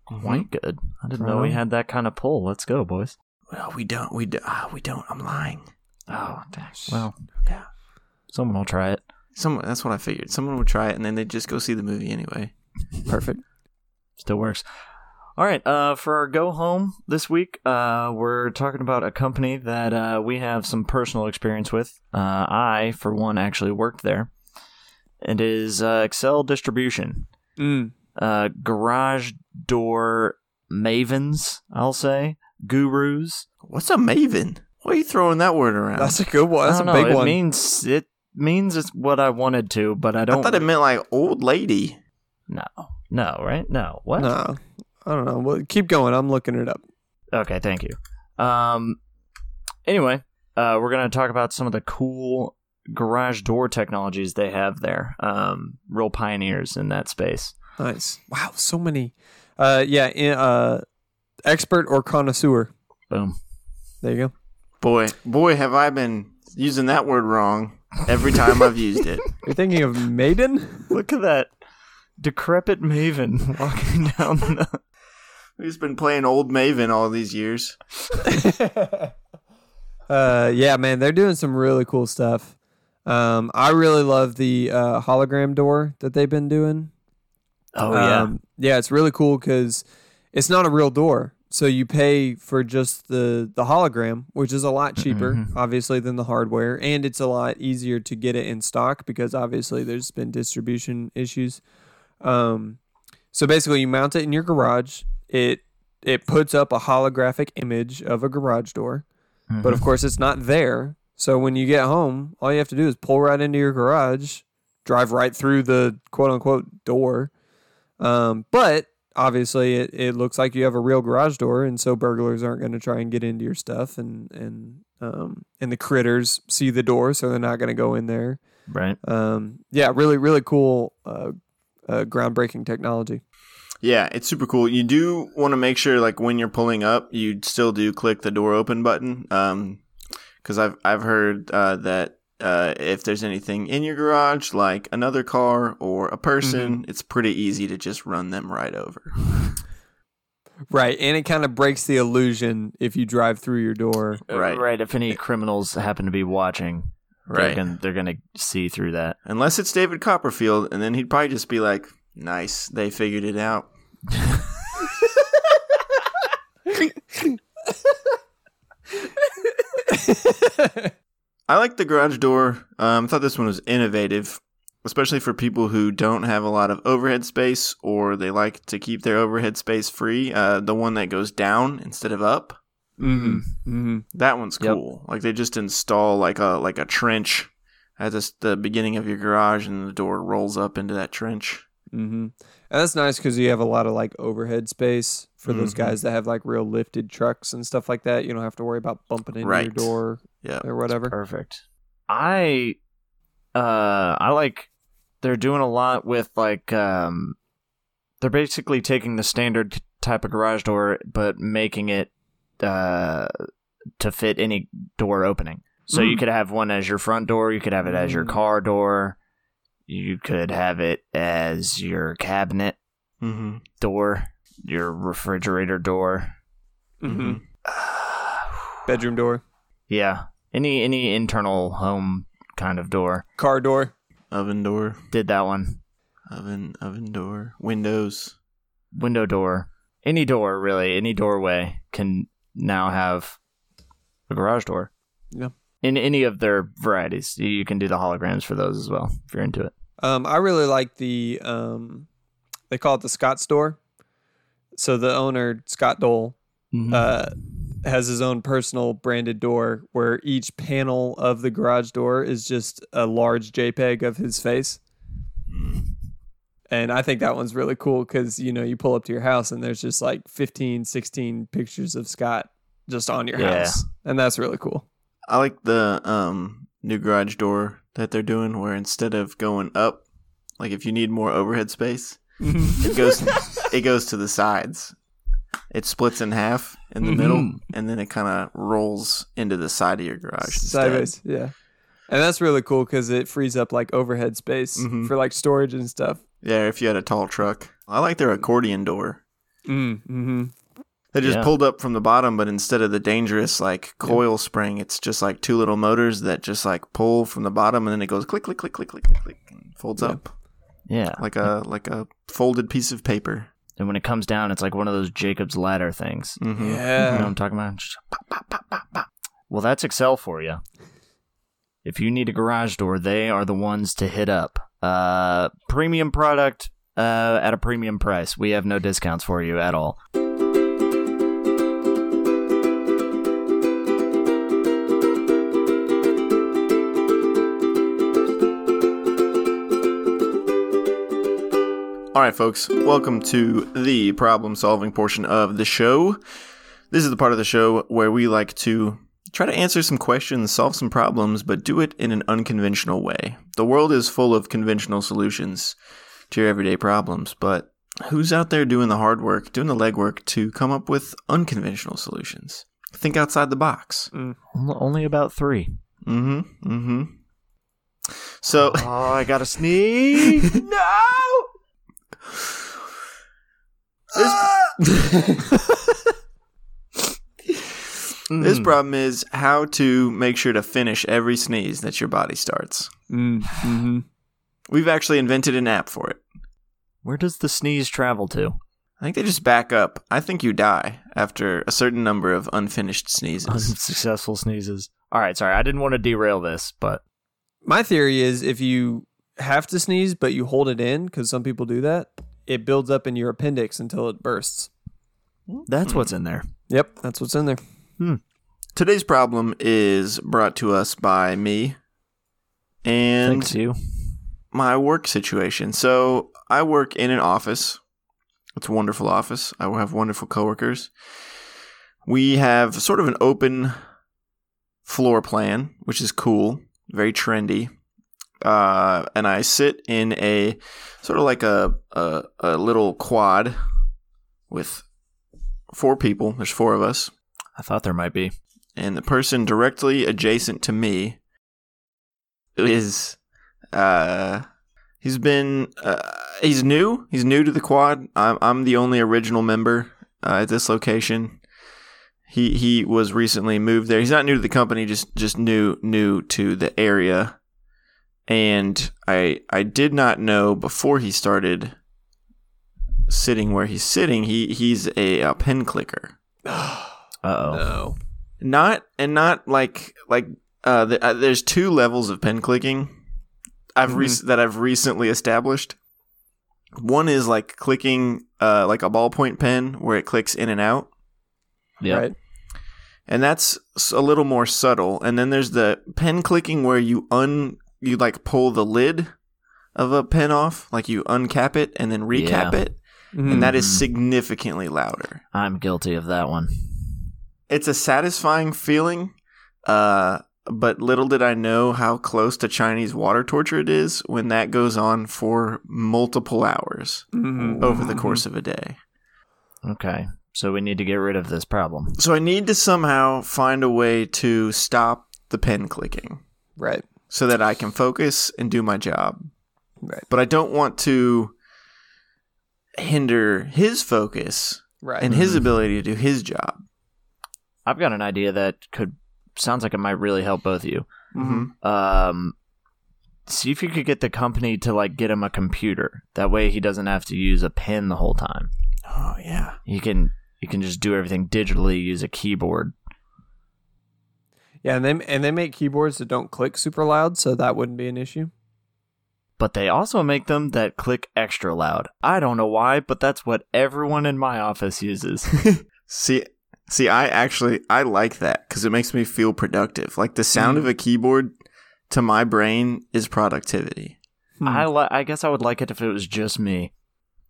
Speaker 2: Quite good. I didn't know we
Speaker 3: Right on.
Speaker 2: had that kind of pull. Let's go, boys.
Speaker 4: Well, we don't. We do, ah, we don't. I'm lying.
Speaker 2: Oh, dang. Well,
Speaker 4: Yeah.
Speaker 2: someone will try it.
Speaker 4: Someone. That's what I figured. Someone would try it, and then they'd just go see the movie anyway.
Speaker 3: Perfect.
Speaker 2: Still works. All right. Uh, for our go home this week, uh, we're talking about a company that uh, we have some personal experience with. Uh, I, for one, actually worked there. It is uh, Excel Distribution.
Speaker 3: Mm.
Speaker 2: uh, garage door mavens, I'll say, gurus.
Speaker 4: What's a maven? Why are you throwing that word around?
Speaker 3: That's a good one. Oh, That's
Speaker 2: I
Speaker 3: a
Speaker 2: don't know.
Speaker 3: big
Speaker 2: it
Speaker 3: one.
Speaker 2: means it means it's what I wanted to, but I don't.
Speaker 4: I thought it meant like old lady.
Speaker 2: no, no, right? No, what?
Speaker 3: no, I don't know. Well, keep going. I'm looking it up.
Speaker 2: Okay, thank you. Um, anyway, uh, we're gonna talk about some of the cool garage door technologies they have there. Um, real pioneers in that space.
Speaker 3: Nice. Wow, so many. Uh, yeah. in- Uh, expert or connoisseur.
Speaker 2: Boom.
Speaker 3: There you go.
Speaker 4: Boy, boy, have I been using that word wrong every time I've used it.
Speaker 3: You're thinking of Maiden?
Speaker 2: Look at that decrepit maven <laughs> walking down the.
Speaker 4: We've just been playing old maven all these years.
Speaker 3: Uh, yeah, man, they're doing some really cool stuff. Um, I really love the uh, hologram door that they've been doing.
Speaker 2: Oh yeah.
Speaker 3: Um, yeah, it's really cool because it's not a real door, so you pay for just the the hologram, which is a lot cheaper,
Speaker 2: Mm-hmm.
Speaker 3: obviously, than the hardware, and it's a lot easier to get it in stock because obviously there's been distribution issues. Um, so basically, you mount it in your garage. It it puts up a holographic image of a garage door, but
Speaker 2: Mm-hmm.
Speaker 3: of course it's not there. So when you get home, all you have to do is pull right into your garage, drive right through the quote unquote door. Um, but obviously it, it looks like you have a real garage door and so burglars aren't going to try and get into your stuff and and um, and the critters see the door so they're not going to go in there.
Speaker 2: right.
Speaker 3: Um, yeah, really really cool uh, uh, groundbreaking technology.
Speaker 4: Yeah, it's super cool. You do want to make sure, like when you're pulling up, you still do click the door open button. Um, because I've I've heard uh, that uh, if there's anything in your garage, like another car or a person, it's pretty easy to just run them right over.
Speaker 3: Right, and it kind of breaks the illusion if you drive through your door.
Speaker 4: Right.
Speaker 2: right. If any criminals happen to be watching, they're
Speaker 4: Right.
Speaker 2: gonna, they're gonna see through that.
Speaker 4: Unless it's David Copperfield, and then he'd probably just be like, "Nice, they figured it out." I like the garage door. Um, I thought this one was innovative, especially for people who don't have a lot of overhead space or they like to keep their overhead space free. Uh, the one that goes down instead of up.
Speaker 3: Mm-hmm. Mm-hmm.
Speaker 4: That one's
Speaker 2: Yep.
Speaker 4: cool. Like they just install like a like a trench at the, the beginning of your garage, and the door rolls up into that trench.
Speaker 3: Mm-hmm. And that's nice because you have a lot of like overhead space for those
Speaker 4: Mhm.
Speaker 3: guys that have like real lifted trucks and stuff like that. You don't have to worry about bumping into your
Speaker 4: Right.
Speaker 3: door
Speaker 4: Yeah.
Speaker 3: or whatever.
Speaker 2: Perfect. I, uh, I like. They're doing a lot with like, um, they're basically taking the standard type of garage door, but making it, uh, to fit any door opening. So you
Speaker 3: Mm.
Speaker 2: could have one as your front door. You could have it as your
Speaker 3: Mm.
Speaker 2: car door. You could have it as your cabinet
Speaker 4: Mm-hmm.
Speaker 2: door, your refrigerator door.
Speaker 4: Mhm.
Speaker 3: Bedroom door,
Speaker 2: Yeah. Any any internal home kind of door.
Speaker 3: car door.
Speaker 4: Oven door,
Speaker 2: Did that one.
Speaker 4: oven oven door, windows.
Speaker 2: Window door. any door really, any doorway can now have a garage door.
Speaker 3: Yeah.
Speaker 2: In any of their varieties, you- you can do the holograms for those as well if you're into it.
Speaker 3: Um, I really like the um, they call it the Scott store. So the owner Scott Dole
Speaker 2: Mm-hmm.
Speaker 3: uh, has his own personal branded door where each panel of the garage door is just a large JPEG of his face. And I think that one's really cool because, you know, you pull up to your house and there's just like 15, 16 pictures of Scott just on your
Speaker 2: Yeah.
Speaker 3: house. And that's really cool.
Speaker 4: I like the um, new garage door that they're doing, where instead of going up, like if you need more overhead space, it goes <laughs> it goes to the sides. It splits in half in the middle, and then it kind of rolls into the side of your garage. instead.
Speaker 3: sideways. Yeah. And that's really cool because it frees up like overhead space
Speaker 4: Mhm.
Speaker 3: for like storage and stuff.
Speaker 4: Yeah, if you had a tall truck. I like their accordion door.
Speaker 3: Mm, hmm
Speaker 4: They just
Speaker 2: Yeah.
Speaker 4: pulled up from the bottom, but instead of the dangerous like coil spring, it's just like two little motors that just like pull from the bottom, and then it goes click, click, click, click, click, click, click, and folds
Speaker 3: Yeah.
Speaker 4: up
Speaker 2: Yeah.
Speaker 4: like a like a folded piece of paper.
Speaker 2: And when it comes down, it's like one of those Jacob's ladder things.
Speaker 4: Mm-hmm.
Speaker 2: You know
Speaker 3: Yeah.
Speaker 2: what I'm talking about? Just pop, pop, pop, pop, pop. Well, that's Excel for you. If you need a garage door, they are the ones to hit up. Uh, premium product uh, at a premium price. We have no discounts for you at all.
Speaker 4: All right, folks, welcome to the problem solving portion of the show. This is the part of the show where we like to try to answer some questions, solve some problems, but do it in an unconventional way. The world is full of conventional solutions to your everyday problems, but who's out there doing the hard work, doing the legwork to come up with unconventional solutions? Think outside the box.
Speaker 2: Only about three.
Speaker 4: Mm hmm. Mm hmm. So. <laughs>
Speaker 2: Oh, I got to sneeze.
Speaker 4: No! This, <laughs> this problem is how to make sure to finish every sneeze that your body starts.
Speaker 3: Mm, hmm
Speaker 4: We've actually invented an app for it.
Speaker 2: Where does the sneeze travel to?
Speaker 4: I think they just back up. I think you die after a certain number of unfinished sneezes.
Speaker 2: Unsuccessful sneezes. All right, sorry. I didn't want to derail this, but
Speaker 3: My theory is if you have to sneeze, but you hold it in, because some people do that, it builds up in your appendix until it bursts.
Speaker 2: that's what's in there.
Speaker 3: Yep. That's what's in there.
Speaker 4: Today's problem is brought to us by me and
Speaker 2: Thanks, you.
Speaker 4: my work situation. So I work in an office. It's a wonderful office. I have wonderful coworkers. We have sort of an open floor plan, which is cool, very trendy. Uh, and I sit in a sort of like a, a a little quad with four people. There's four of us,
Speaker 2: I thought there might be.
Speaker 4: and the person directly adjacent to me is uh he's been uh, he's new he's new to the quad i'm i'm the only original member uh, at this location he he was recently moved there he's not new to the company just just new new to the area and i i did not know before he started sitting where he's sitting he he's a, a pen clicker
Speaker 2: Uh oh.
Speaker 3: No.
Speaker 4: not and not like like uh, th- uh there's two levels of pen clicking i've rec that i've recently established one is like clicking uh like a ballpoint pen where it clicks in and out
Speaker 2: Yeah.
Speaker 3: Right.
Speaker 4: and that's s- a little more subtle and then there's the pen clicking where you un you like pull the lid of a pen off like you uncap it and then recap
Speaker 2: Yeah.
Speaker 4: it
Speaker 3: Mm-hmm.
Speaker 4: and that
Speaker 2: Mhm.
Speaker 4: is significantly louder
Speaker 2: I'm guilty of that one.
Speaker 4: it's a satisfying feeling uh but little did i know how close to chinese water torture it is when that goes on for multiple hours
Speaker 3: Mhm.
Speaker 4: over the course of a day
Speaker 2: Okay. So we need to get rid of this problem.
Speaker 4: so i need to somehow find a way to stop the pen clicking
Speaker 3: Right.
Speaker 4: so that i can focus and do my job
Speaker 3: Right.
Speaker 4: but i don't want to hinder his focus
Speaker 3: Right.
Speaker 4: and his ability to do his job
Speaker 2: I've got an idea that could sounds like it might really help both of you.
Speaker 4: mm-hmm.
Speaker 2: Um see if you could get the company to like get him a computer. That way he doesn't have to use a pen the whole time.
Speaker 4: Oh yeah.
Speaker 2: You can you can just do everything digitally. Use a keyboard.
Speaker 3: Yeah, and they and they make keyboards that don't click super loud, so that wouldn't be an issue.
Speaker 2: but they also make them that click extra loud. I don't know why, but that's what everyone in my office uses.
Speaker 4: See, see, I actually I like that because it makes me feel productive. Like the sound
Speaker 3: Mm.
Speaker 4: of a keyboard to my brain is productivity.
Speaker 3: Hmm.
Speaker 2: I li- I guess I would like it if it was just me.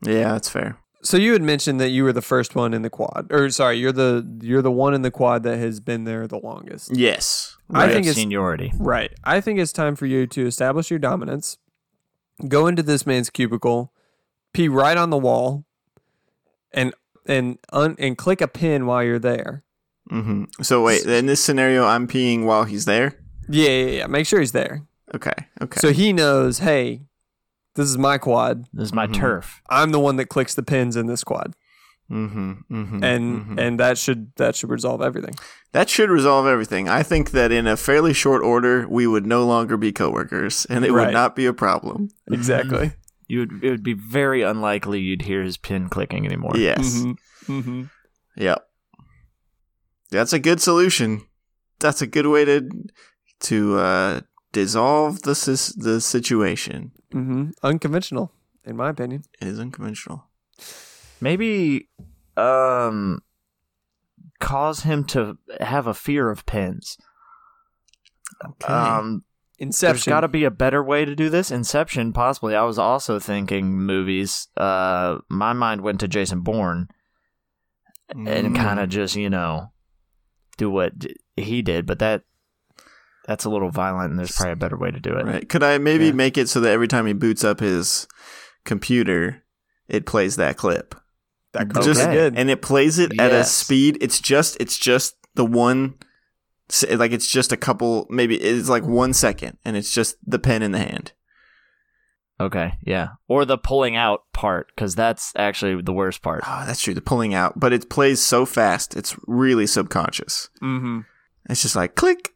Speaker 4: Yeah, that's fair.
Speaker 3: so you had mentioned that you were the first one in the quad, or sorry, you're the you're the one in the quad that has been there the longest.
Speaker 4: Yes,
Speaker 3: I
Speaker 2: Right,
Speaker 3: think it's
Speaker 2: seniority.
Speaker 3: Right. I think it's time for you to establish your dominance, go into this man's cubicle, pee right on the wall, and and un, and click a pin while you're there.
Speaker 2: Mm-hmm.
Speaker 4: hmm So wait, in this scenario, I'm peeing while he's there.
Speaker 3: Yeah, yeah, yeah. Make sure he's there.
Speaker 4: Okay, okay.
Speaker 3: So he knows, hey, this is my quad.
Speaker 2: This is my
Speaker 4: Mhm.
Speaker 2: turf.
Speaker 3: I'm the one that clicks the pins in this quad.
Speaker 4: mm-hmm, mm-hmm,
Speaker 3: And and that should that should resolve everything.
Speaker 4: that should resolve everything. I think that in a fairly short order, we would no longer be coworkers, and it
Speaker 3: Right.
Speaker 4: would not be a problem. <laughs>
Speaker 3: Exactly.
Speaker 2: You would, it would be very unlikely you'd hear his pin clicking anymore.
Speaker 4: Yes.
Speaker 3: hmm
Speaker 4: Mm-hmm.
Speaker 3: hmm
Speaker 4: Yep. That's a good solution. That's a good way to to uh, dissolve the sis- the situation.
Speaker 3: hmm Unconventional, in my opinion.
Speaker 4: It is unconventional.
Speaker 2: Maybe um cause him to have a fear of pins.
Speaker 4: Okay.
Speaker 2: Um there's
Speaker 3: Inception.
Speaker 2: got to be a better way to do this. Inception possibly. I was also thinking movies. Uh my mind went to Jason Bourne.
Speaker 4: Mm,
Speaker 2: and kind of just you know do what d- he did but that that's a little violent and there's probably a better way to do it
Speaker 4: right. Could I maybe
Speaker 3: Yeah.
Speaker 4: make it so that every time he boots up his computer, it plays that clip?
Speaker 3: that
Speaker 2: Okay.
Speaker 4: Just
Speaker 3: just good.
Speaker 4: and it plays it at a
Speaker 2: Yes.
Speaker 4: speed. It's just it's just the one, s- like it's just a couple. Maybe it's like one second, and it's just the pen in the hand.
Speaker 2: okay yeah or the pulling out part because that's actually the worst part
Speaker 4: Oh, that's true. The pulling out, but it plays so fast. It's really subconscious.
Speaker 3: mm-hmm.
Speaker 4: It's just like click,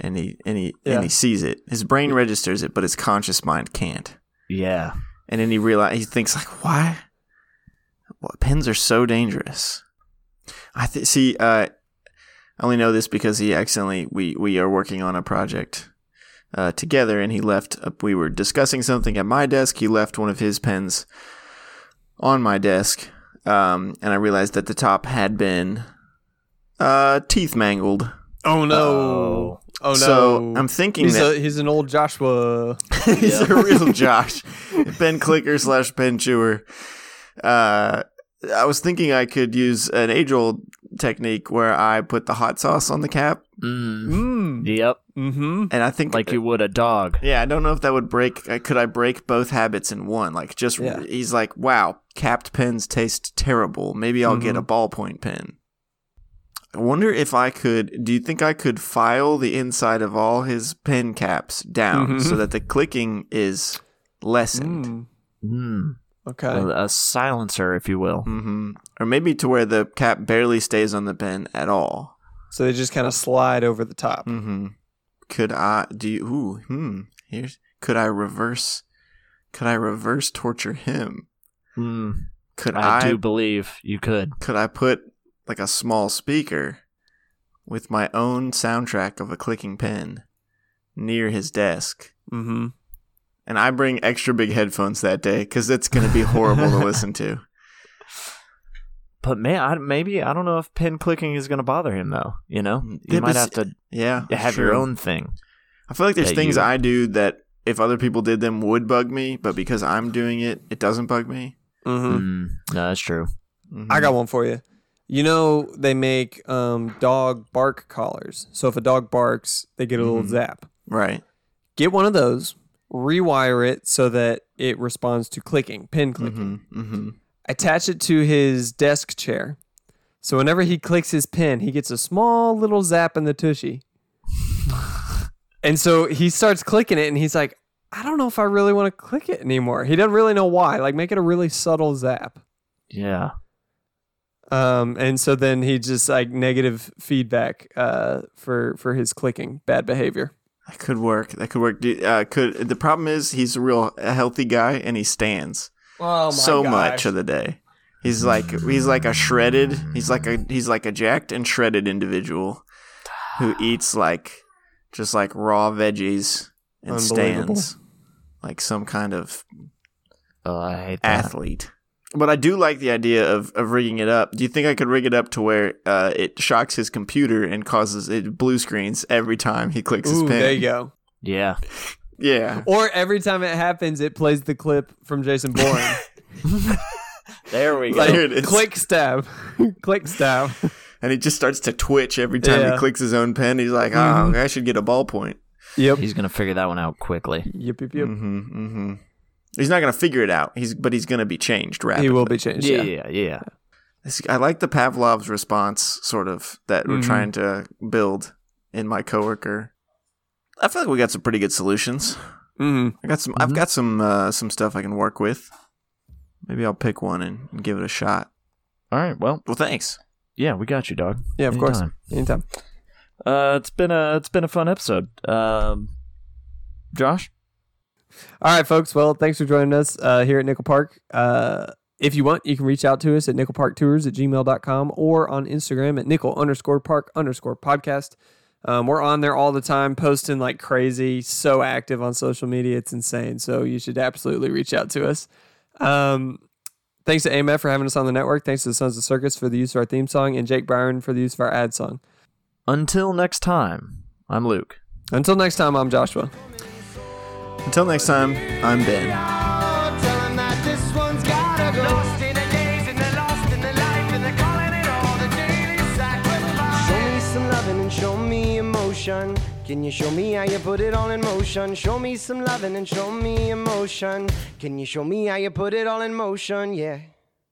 Speaker 4: and he and he
Speaker 3: Yeah.
Speaker 4: and he sees it. His brain registers it, but his conscious mind can't.
Speaker 2: yeah
Speaker 4: And then he realize he thinks like, why? What pens are so dangerous? I th- see. Uh, I only know this because he accidentally we we are working on a project uh, together, and he left. Uh, we were discussing something at my desk. He left one of his pens on my desk, um, and I realized that the top had been uh, teeth mangled.
Speaker 3: Oh no. Oh, no.
Speaker 4: So I'm thinking
Speaker 3: he's
Speaker 4: that
Speaker 3: a, he's an old Joshua.
Speaker 4: <laughs> he's a real Josh, pen clicker slash pen chewer. Uh, I was thinking I could use an age old technique where I put the hot sauce on the cap,
Speaker 2: mm.
Speaker 3: Mm.
Speaker 2: yep
Speaker 3: Mm-hmm.
Speaker 4: and I think
Speaker 2: like you would a dog
Speaker 4: Yeah, I don't know if that would break. uh, Could I break both habits in one? Like, just
Speaker 3: Yeah.
Speaker 4: he's like, wow, capped pens taste terrible. Maybe I'll get a ballpoint pen. I wonder if I could. Do you think I could file the inside of all his pen caps down
Speaker 3: Mhm.
Speaker 4: so that the clicking is lessened?
Speaker 3: Mm.
Speaker 2: mm.
Speaker 3: Okay.
Speaker 2: a, a silencer if you will
Speaker 4: hmm Or maybe to where the cap barely stays on the pen at all.
Speaker 3: So they just kind of slide over the top.
Speaker 4: hmm Could I do? You, ooh, hmm. Here's could I reverse? Could I reverse torture him?
Speaker 2: mm.
Speaker 4: Could I,
Speaker 2: i do believe you could
Speaker 4: could I put like a small speaker with my own soundtrack of a clicking pen near his desk?
Speaker 3: Mm-hmm.
Speaker 4: And I bring extra big headphones that day because it's going to be horrible to listen to.
Speaker 2: but may I, maybe i don't know if pin clicking is going to bother him though <laughs> you know
Speaker 4: Mm, yeah,
Speaker 2: you
Speaker 4: but
Speaker 2: might have to
Speaker 4: Yeah,
Speaker 2: have your
Speaker 4: true.
Speaker 2: own thing
Speaker 4: I feel like there's
Speaker 2: that
Speaker 4: things
Speaker 2: you-
Speaker 4: I do that if other people did them would bug me, but because I'm doing it, it doesn't bug me.
Speaker 3: Mm-hmm.
Speaker 2: mm. no that's true Mm-hmm.
Speaker 4: Mhm.
Speaker 3: I got one for you. You know they make um, dog bark collars. So if a dog barks, they get a little
Speaker 4: Mhm.
Speaker 3: zap.
Speaker 4: right.
Speaker 3: Get one of those. Rewire it so that it responds to clicking, pin clicking.
Speaker 4: hmm hmm
Speaker 3: Attach it to his desk chair. So whenever he clicks his pin, he gets a small little zap in the tushy. and so he starts clicking it and he's like, I don't know if I really want to click it anymore. He doesn't really know why. Like make it a really subtle zap.
Speaker 2: yeah
Speaker 3: Um, and so then he just like negative feedback uh, for for his clicking bad behavior.
Speaker 4: That could work. That could work. Do- Uh, could the problem is he's a real a healthy guy and he stands.
Speaker 3: Oh
Speaker 4: so much of the day. He's like he's like a shredded. He's like a he's like a jacked and shredded individual
Speaker 3: <sighs>
Speaker 4: who eats like just like raw veggies and
Speaker 1: Unbelievable.
Speaker 4: stands like some kind of
Speaker 2: Oh, I hate that.
Speaker 4: athlete. But I do like the idea of, of rigging it up. Do you think I could rig it up to where uh, it shocks his computer and causes it blue screens every time he clicks his
Speaker 3: Ooh,
Speaker 4: pen?
Speaker 3: there you go.
Speaker 2: yeah.
Speaker 4: Yeah.
Speaker 3: Or every time it happens, it plays the clip from Jason
Speaker 4: <laughs>
Speaker 3: Bourne.
Speaker 2: There we go.
Speaker 4: There Oh, it is.
Speaker 3: Click
Speaker 4: <laughs>
Speaker 3: stab. Click stab.
Speaker 4: And he just starts to twitch every time
Speaker 3: Yeah. Mm-hmm.
Speaker 4: he clicks his own pen. He's like, oh, I should get a ballpoint.
Speaker 3: Yep.
Speaker 2: He's gonna figure that one out quickly.
Speaker 3: Yep, yep, yep.
Speaker 4: hmm hmm He's not going to figure it out, He's but he's going to be changed rapidly.
Speaker 3: He will be changed. Yeah.
Speaker 2: Yeah, yeah, yeah.
Speaker 4: This- I like the Pavlov's response, sort of, that we're
Speaker 3: Mm-hmm.
Speaker 4: trying to build in my coworker. I feel like we got some pretty good solutions.
Speaker 3: hmm
Speaker 4: I got some. I've got some uh, some stuff I can work with. Maybe I'll pick one and, and give it a shot.
Speaker 2: All right. Well,
Speaker 4: Well, thanks.
Speaker 2: yeah, we got you, dog.
Speaker 3: Yeah, of course.
Speaker 2: Anytime.
Speaker 3: Anytime.
Speaker 2: Uh, it's been a it's been a fun episode. Um, Josh.
Speaker 3: All right, folks. Well, thanks for joining us uh, here at Nickel Park. Uh, if you want, you can reach out to us at nickelparktours at gmail.com or on Instagram at nickel underscore park underscore podcast. Um, we're on there all the time, posting like crazy, so active on social media. It's insane. So you should absolutely reach out to us. Um, thanks to AMF for having us on the network. Thanks to the Sons of Circus for the use of our theme song and Jake Byron for the use of our ad song.
Speaker 2: Until next time, I'm Luke.
Speaker 3: Until next time, I'm Joshua.
Speaker 4: Until next time, I'm Ben.
Speaker 1: out. Tell 'em that this one's gotta go. Lost in the days and the lost in the life and they're calling it all the daily sacrifice. Show me some loving and show me emotion. Can you show me how you put it all in motion? Show me some loving and show me emotion. Can you show me how you put it all in motion? Yeah.